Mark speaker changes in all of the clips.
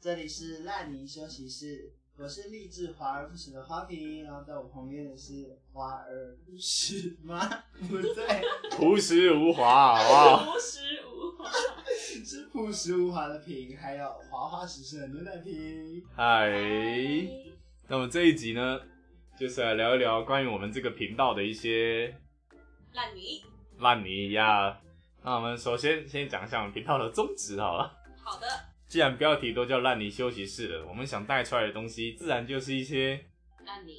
Speaker 1: 这里是烂泥休息室，我是励志华而不实的花瓶，然后在我旁边的是华而不实吗？ 不对，
Speaker 2: 朴实无华，好不好？
Speaker 3: 无时无华。
Speaker 1: 是朴实无华的瓶，还有华华实实的牛奶瓶。
Speaker 2: 嗨，那么这一集呢，就是来聊一聊关于我们这个频道的一些
Speaker 3: 烂泥。
Speaker 2: 烂泥呀。那我们首先先讲一下我们频道的宗旨好了。
Speaker 3: 好的，
Speaker 2: 既然标题都叫烂泥休息室了，我们想带出来的东西，自然就是一些
Speaker 3: 烂泥。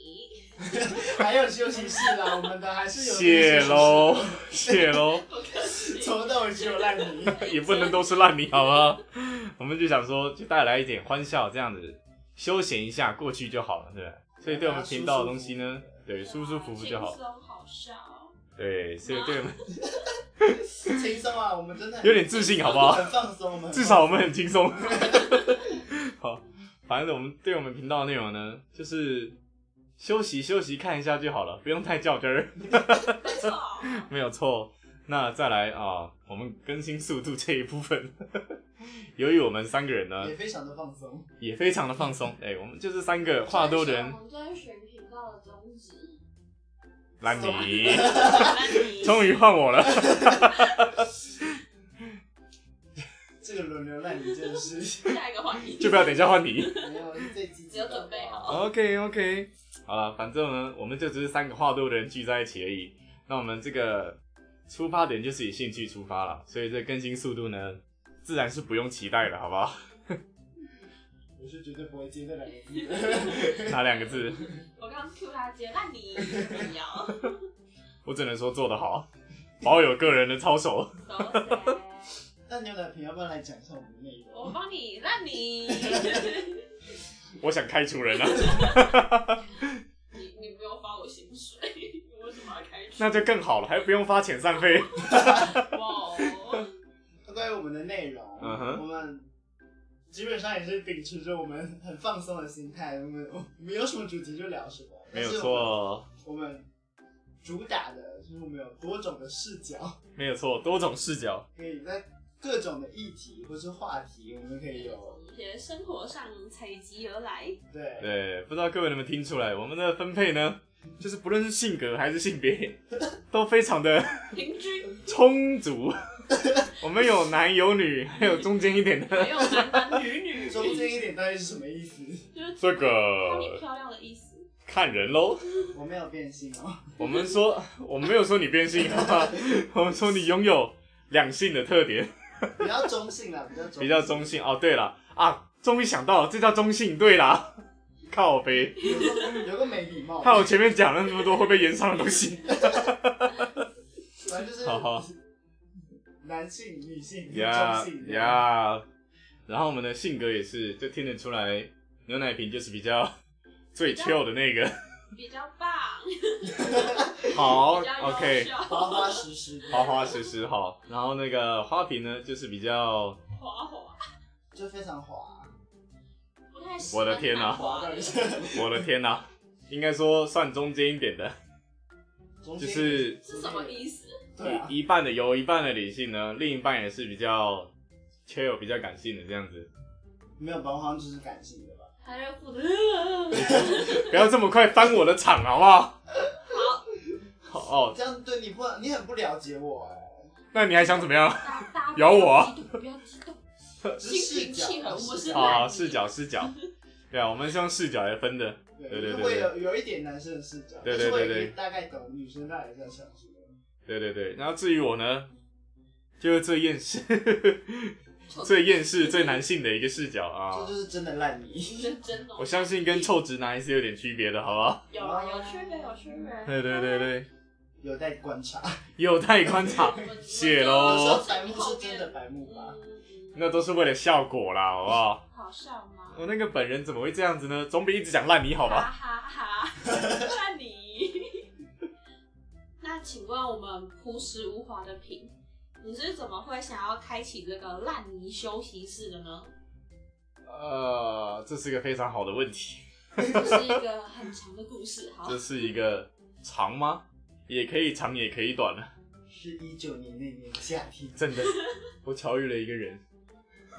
Speaker 1: 还有休息室啦，我们的还是有
Speaker 2: 谢喽
Speaker 1: 喽，，
Speaker 2: 谢喽，
Speaker 3: 不可惜。
Speaker 1: 从头到尾只有烂泥。
Speaker 2: 也不能都是烂泥，好不好？我们就想说，就带来一点欢笑，这样子休闲一下过去就好了，对吧？所以对我们频道的东西呢，对，舒舒服服就好
Speaker 3: 轻。松好笑。
Speaker 2: 对，所以对我们
Speaker 1: 轻松啊，我们真的很
Speaker 2: 有点自信，好不好？
Speaker 1: 很放松，我们很
Speaker 2: 至少我们很轻松。 好，反正我们对我们频道的内容呢，就是休息休息看一下就好了，不用太较真儿，
Speaker 3: 没错。
Speaker 2: 没有错。那再来啊，我们更新速度这一部分， 由于我们三个人呢
Speaker 1: 也非常的放松。
Speaker 2: 也非常的放松，哎、我们就是三个话多的人
Speaker 3: 我，们遵循频道的宗 旨。
Speaker 2: 兰尼，
Speaker 3: 烂泥。
Speaker 2: 终于换我了。
Speaker 1: 这个轮流烂泥真的 是
Speaker 3: 下一个话题。
Speaker 2: 就不要等一下换你。
Speaker 1: 没有这集
Speaker 3: 只有准备好
Speaker 2: OK OK，好了，反正呢，我们就只是三个话多的人聚在一起而已。那我们这个出发点就是以兴趣出发了，所以这更新速度呢，自然是不用期待了，好不好？
Speaker 1: 我是绝对不会接这两个字的。
Speaker 2: 哪两个字？
Speaker 3: 我刚刚 Q 他接烂泥，不要。
Speaker 2: 我只能说做得好，保有个人的操守。
Speaker 3: 走谁
Speaker 1: 那牛奶瓶要不要来讲一下我们的内容？
Speaker 3: 我帮你 烂泥。
Speaker 2: 我想开除人啊了，
Speaker 3: 你你不用发我薪水，我为什么要开除？
Speaker 2: 那就更好了，还不用发遣散费。
Speaker 3: 哇哦，
Speaker 1: 关于我们的内容，
Speaker 2: 嗯哼
Speaker 1: 我们基本上也是秉持着我们很放松的心态，我们我们有什么主题就聊什么，
Speaker 2: 没有。错，
Speaker 1: 我们主打的就是我们有多种的视角，
Speaker 2: 没有错，多种视角。
Speaker 1: 可以在各种的议题或是话题，我们可以有
Speaker 3: 一些生活上采集而来，
Speaker 1: 对
Speaker 2: 对，不知道各位能不能听出来，我们的分配呢，就是不论是性格还是性别，都非常的
Speaker 3: 平均
Speaker 2: 充足。我们有男有女，还有中间一点的。
Speaker 3: 没有男男女女，
Speaker 1: 中间一点到底是什么意 思？
Speaker 3: 就是
Speaker 2: 这
Speaker 3: 看你
Speaker 2: 个
Speaker 3: 漂亮的意思。
Speaker 2: 看人喽。
Speaker 1: 我没有变性哦，
Speaker 2: 我们说，我们没有说你变性啊，我们说你拥有两性的特点，
Speaker 1: 比较中性啦，比较中性
Speaker 2: 比较中，性。哦，对了啊，终于想到了，这叫中性。对啦，靠背，
Speaker 1: 有个有个没礼貌，
Speaker 2: 看我前面讲了那么多会被延上的东西。
Speaker 1: 反正就是
Speaker 2: 好好
Speaker 1: 男性、女性、
Speaker 2: 呀
Speaker 1: 中性这样，
Speaker 2: 呀，然后我们的性格也是，就听得出来，牛奶瓶就是比较最 chill 的那个。
Speaker 3: 比较棒，
Speaker 2: 好
Speaker 3: 比较优
Speaker 2: ，OK，
Speaker 3: 秀，
Speaker 1: 花花实实的，
Speaker 2: 花花实实好。然后那个花瓶呢，就是比较，
Speaker 3: 滑滑，
Speaker 1: 就非常 滑，
Speaker 3: 不太喜
Speaker 2: 我
Speaker 3: 欢
Speaker 2: 的天哪
Speaker 3: 打滑
Speaker 1: 到
Speaker 3: 的
Speaker 1: 底
Speaker 3: 人
Speaker 1: 是
Speaker 2: 我的天哪、 应该说算中间一点的，
Speaker 1: 中
Speaker 2: 就
Speaker 1: 间
Speaker 2: 是
Speaker 3: 是什么意思？
Speaker 1: 对啊，
Speaker 2: 一一半的油，一半的理性呢，另一半也是比较 chill、比较感性的这样子。
Speaker 1: 没有包装就是感性的吧？
Speaker 3: 还在负责，呃
Speaker 2: 不要这么快翻我的场，好不好？好。哦，
Speaker 1: 这样对你不，你很不了解我哎、
Speaker 2: 那你还想怎么样？
Speaker 3: 大大
Speaker 2: 咬我啊
Speaker 3: 不要激动，
Speaker 1: 只是视
Speaker 3: 心平气和
Speaker 1: 角，
Speaker 3: 我是
Speaker 2: 啊，视角视角，对啊，我们是用视角来分的。对对对
Speaker 1: 就会有有一点男生的视角，
Speaker 2: 对
Speaker 1: 但
Speaker 2: 对
Speaker 1: 是我也
Speaker 2: 对对
Speaker 1: 可以大概懂女生大概在想什么。
Speaker 2: 对对对，然后至于我呢，就是最厌世、 最厌世、最男性的一个视角
Speaker 1: 这
Speaker 2: 啊。
Speaker 1: 就是真的烂泥，
Speaker 3: 认真哦。
Speaker 2: 我相信跟臭直男还是有点区别的，好不好？
Speaker 3: 有啊有区别，有区别。
Speaker 2: 对对对对，
Speaker 1: 有待观察。
Speaker 2: 有待观察，谢
Speaker 1: 有时候
Speaker 2: 喽。
Speaker 1: 白目是真的白目吧？
Speaker 3: 嗯，
Speaker 2: 那都是为了效果啦，好不好？
Speaker 3: 好笑吗？
Speaker 2: 我那个本人怎么会这样子呢？总比一直讲烂泥好吧？
Speaker 3: 哈哈哈，那你， 那请问我们朴实无华的品，你是怎么会想要开启这个烂泥休息室的呢？
Speaker 2: 呃，这是个非常好的问题，
Speaker 3: 这是一个很长的故事，好
Speaker 2: 这，是一个长吗？也可以长，也可以短啊了。
Speaker 1: 是一九年那年夏天，
Speaker 2: 真的，我巧遇了一个人，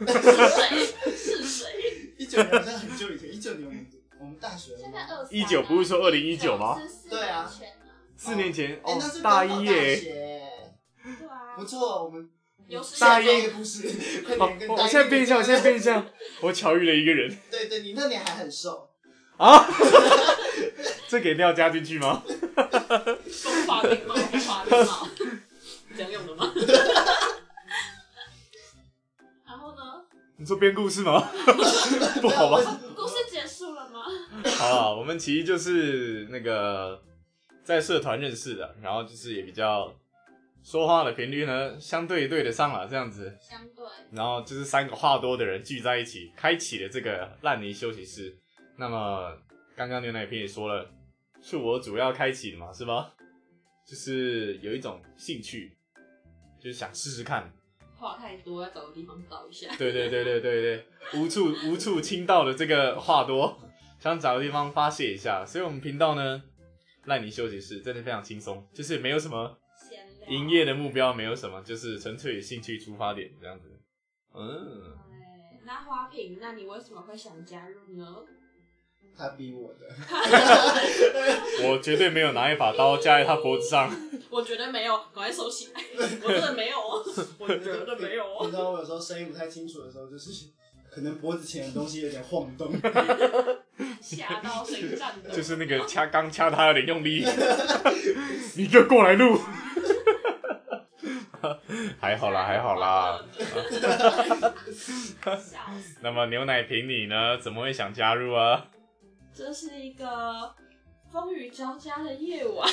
Speaker 3: 是谁？是谁？
Speaker 1: 九年好像很久以前，一九年我们我们大学了
Speaker 4: 现在
Speaker 1: 吗
Speaker 4: 二
Speaker 2: 19不是说2019吗
Speaker 1: 对啊
Speaker 2: 四年前
Speaker 1: 哎
Speaker 2: 哦
Speaker 1: 那是，
Speaker 2: 大
Speaker 1: 刚好
Speaker 2: 一
Speaker 1: 大
Speaker 2: 耶，
Speaker 1: 学，
Speaker 3: 对啊
Speaker 1: 不，错，我们
Speaker 3: 有时
Speaker 1: 下
Speaker 2: 大一
Speaker 1: 这个故事，快
Speaker 2: 哦
Speaker 1: 点跟
Speaker 2: 我
Speaker 1: 大
Speaker 2: 我
Speaker 1: 一
Speaker 2: 现在变相，我现在
Speaker 1: 对
Speaker 2: 变相，我巧遇了一个人
Speaker 1: 对对，你那年还很瘦，
Speaker 2: 啊，这个一定要加进去吗？
Speaker 3: 中华民国，中华民国，这样用的 吗？然后呢？
Speaker 2: 你说编故事吗？ 不哦好吧？
Speaker 3: 故事结束了吗？
Speaker 2: 好啊，我们其实就是那个在社团认识的，然后就是也比较说话的频率呢相对对得上了这样子，
Speaker 4: 相对
Speaker 2: 然后就是三个话多的人聚在一起，开启了这个烂泥休息室。那么刚刚牛奶瓶也说了，是我主要开启的嘛，是吧？就是有一种兴趣，就是想试试看。
Speaker 3: 话太多，要找个地方找一下。
Speaker 2: 对对对对对对，无处无处倾倒的这个话多，想找个地方发泄一下，所以我们频道呢，烂泥休息室真的非常轻松，就是没有什么
Speaker 3: 闲聊
Speaker 2: 营业的目标，没有什么，就是纯粹以兴趣出发点这样子。嗯，
Speaker 3: 哎那花瓶，那你为什么会想加入呢？
Speaker 1: 他逼我的，
Speaker 2: 我绝对没有拿一把刀架在他脖子上。
Speaker 3: 我觉得没有，赶快收起 来。我真的没有哦，我觉得没有哦。
Speaker 1: 你知道我有时候声音不太清楚的时候，就是可能脖子前的东西有点晃动，
Speaker 3: 吓到谁站的？
Speaker 2: 就是那个掐刚掐他有点用力， 你给我过来录。 还好啦，还好 啦。
Speaker 3: 笑死！
Speaker 2: 那么牛奶瓶你呢？怎么会想加入啊？
Speaker 3: 这是一个风雨交加的夜晚，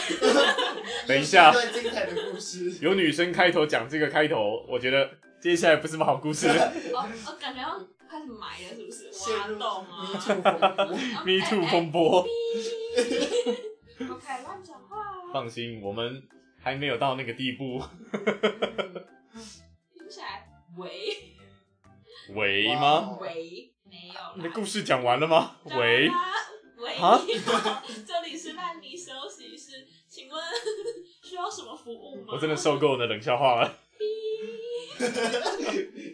Speaker 2: 等一下
Speaker 1: 又是段精彩的故 事，
Speaker 2: 有女生开头讲这个开头，我觉得接下来不是什么好故 事。
Speaker 3: 哦哦，感觉要开始埋了，是不是？
Speaker 1: 陷
Speaker 3: 挖
Speaker 1: 入
Speaker 3: 洞啊
Speaker 1: 迷！途风波。
Speaker 3: 啊
Speaker 2: Me too 风波，
Speaker 3: 哔 OK，乱讲话啊。
Speaker 2: 放心，我们还没有到那个地步。
Speaker 3: 嗯听起来喂
Speaker 2: 喂吗？
Speaker 1: 哇
Speaker 3: 喂没有啦
Speaker 2: 你的故事讲完了吗？
Speaker 3: 当
Speaker 2: 喂
Speaker 3: 然，喂
Speaker 2: 啊，
Speaker 3: 这里是烂泥休息室，请问 需要什么服务吗？
Speaker 2: 我真的受够你的冷笑话了。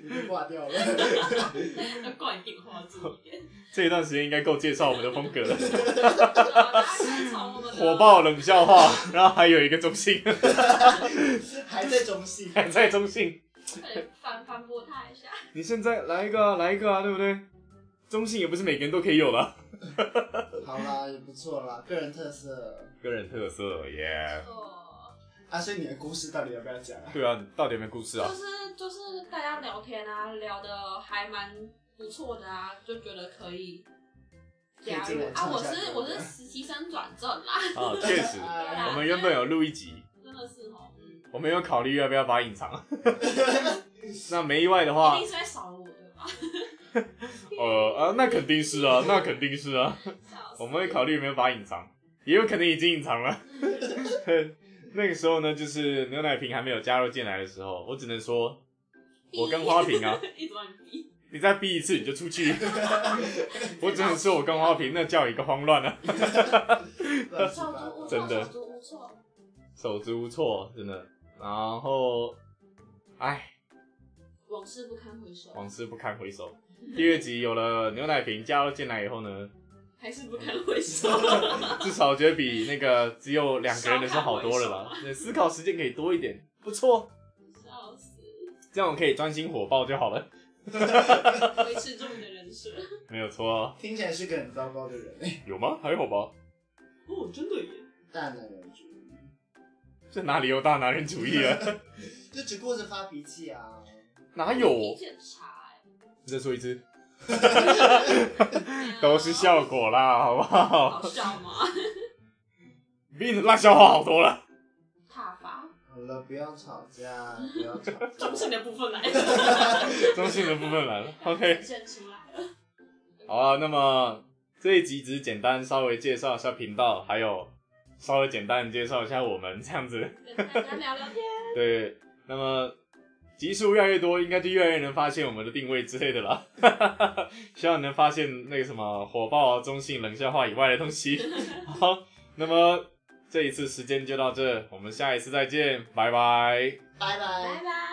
Speaker 1: 你被挂掉了，
Speaker 3: 要灌一点花枝一点。
Speaker 2: 这一段时间应该够介绍我们的风格 了，
Speaker 3: 好大家可以从我们的
Speaker 2: 火爆冷笑话，然后还有一个中性，
Speaker 1: 还在中戏，
Speaker 2: 还在中性。
Speaker 3: 对反反驳他一下。
Speaker 2: 你现在来一个、啊，来一个啊，对不对？中性也不是每个人都可以有的，
Speaker 1: 好啦，也不错啦，个人特色
Speaker 2: 个人特色耶。
Speaker 3: 哦，
Speaker 1: 啊。所以你的故事到底要不要讲啊？
Speaker 2: 对啊，你到底有没有故事啊
Speaker 3: 就？是就是大家聊天啊，聊的还蛮不错的啊，就觉得可以加
Speaker 1: 可以进
Speaker 3: 入
Speaker 1: 来
Speaker 3: 啊。
Speaker 1: 唱
Speaker 3: 我
Speaker 1: 一下
Speaker 3: 是
Speaker 1: 歌
Speaker 3: 我是实习生转正啦，
Speaker 2: 啊，确 实，
Speaker 1: 哎
Speaker 2: 我们原本有录一集，
Speaker 3: 真的是哦，嗯
Speaker 2: 我没有考虑要不要把它隐藏。那没意外的
Speaker 3: 一
Speaker 2: 话
Speaker 3: 定，是在少了我对吧？
Speaker 2: 呃啊，那肯定是啊，那肯定是啊，
Speaker 3: 笑死
Speaker 2: 我们会考虑有没有把它隐藏，也有可能已经隐藏了。 那个时候呢，就是牛奶瓶还没有加入进来的时候，我只能说，我跟花瓶啊，
Speaker 3: 一直乱逼。
Speaker 2: 你再逼一次你就出去。我只能说我跟花瓶那叫一个慌乱啊，
Speaker 1: 乱七
Speaker 4: 手
Speaker 1: 八
Speaker 4: 足无
Speaker 1: 糟
Speaker 4: 措，
Speaker 2: 真的
Speaker 4: 手足无措，
Speaker 2: 手足无措，真的。然后，哎，
Speaker 3: 往事不堪回首，
Speaker 2: 往事不堪回首。第二集有了牛奶瓶加入进来以后呢，
Speaker 3: 还是不堪回首。
Speaker 2: 至少我觉得比那个只有两个人的时候好多了吧？对思考时间可以多一点，不错，
Speaker 3: 笑死，
Speaker 2: 这样我可以专心火爆就好了。
Speaker 3: 维持住你的人设。
Speaker 2: 没有错，啊
Speaker 1: 听起来是个很糟糕的人，
Speaker 2: 有吗？还有吧？
Speaker 3: 哦，真的耶。
Speaker 1: 大男人主义，
Speaker 2: 这哪里有大男人主义 啊？
Speaker 1: 就只顾着发脾气啊。
Speaker 2: 哪有
Speaker 3: 你？检查哎
Speaker 2: 你再说一次，
Speaker 3: 哎呀
Speaker 2: 都是效果啦，好不好？
Speaker 3: 好笑吗？
Speaker 2: 比你的烂笑话好多了。
Speaker 3: 踏伐
Speaker 1: 好了，不要吵架，不要吵架。
Speaker 3: 中性的部分来 了，
Speaker 2: 中性的部分来了，OK。
Speaker 3: 呈现出来了。
Speaker 2: 好啊，那么这一集只是简单稍微介绍一下频道，还有稍微简单地介绍一下我们这样子。
Speaker 3: 跟大家聊聊天，
Speaker 2: 对，那么集数越来越多，应该就越来越能发现我们的定位之类的啦。 希望能发现那个什么火爆、中性、冷笑话以外的东西。 好，那么这一次时间就到这，我们下一次再见，拜拜。
Speaker 1: 拜拜。
Speaker 3: 拜拜。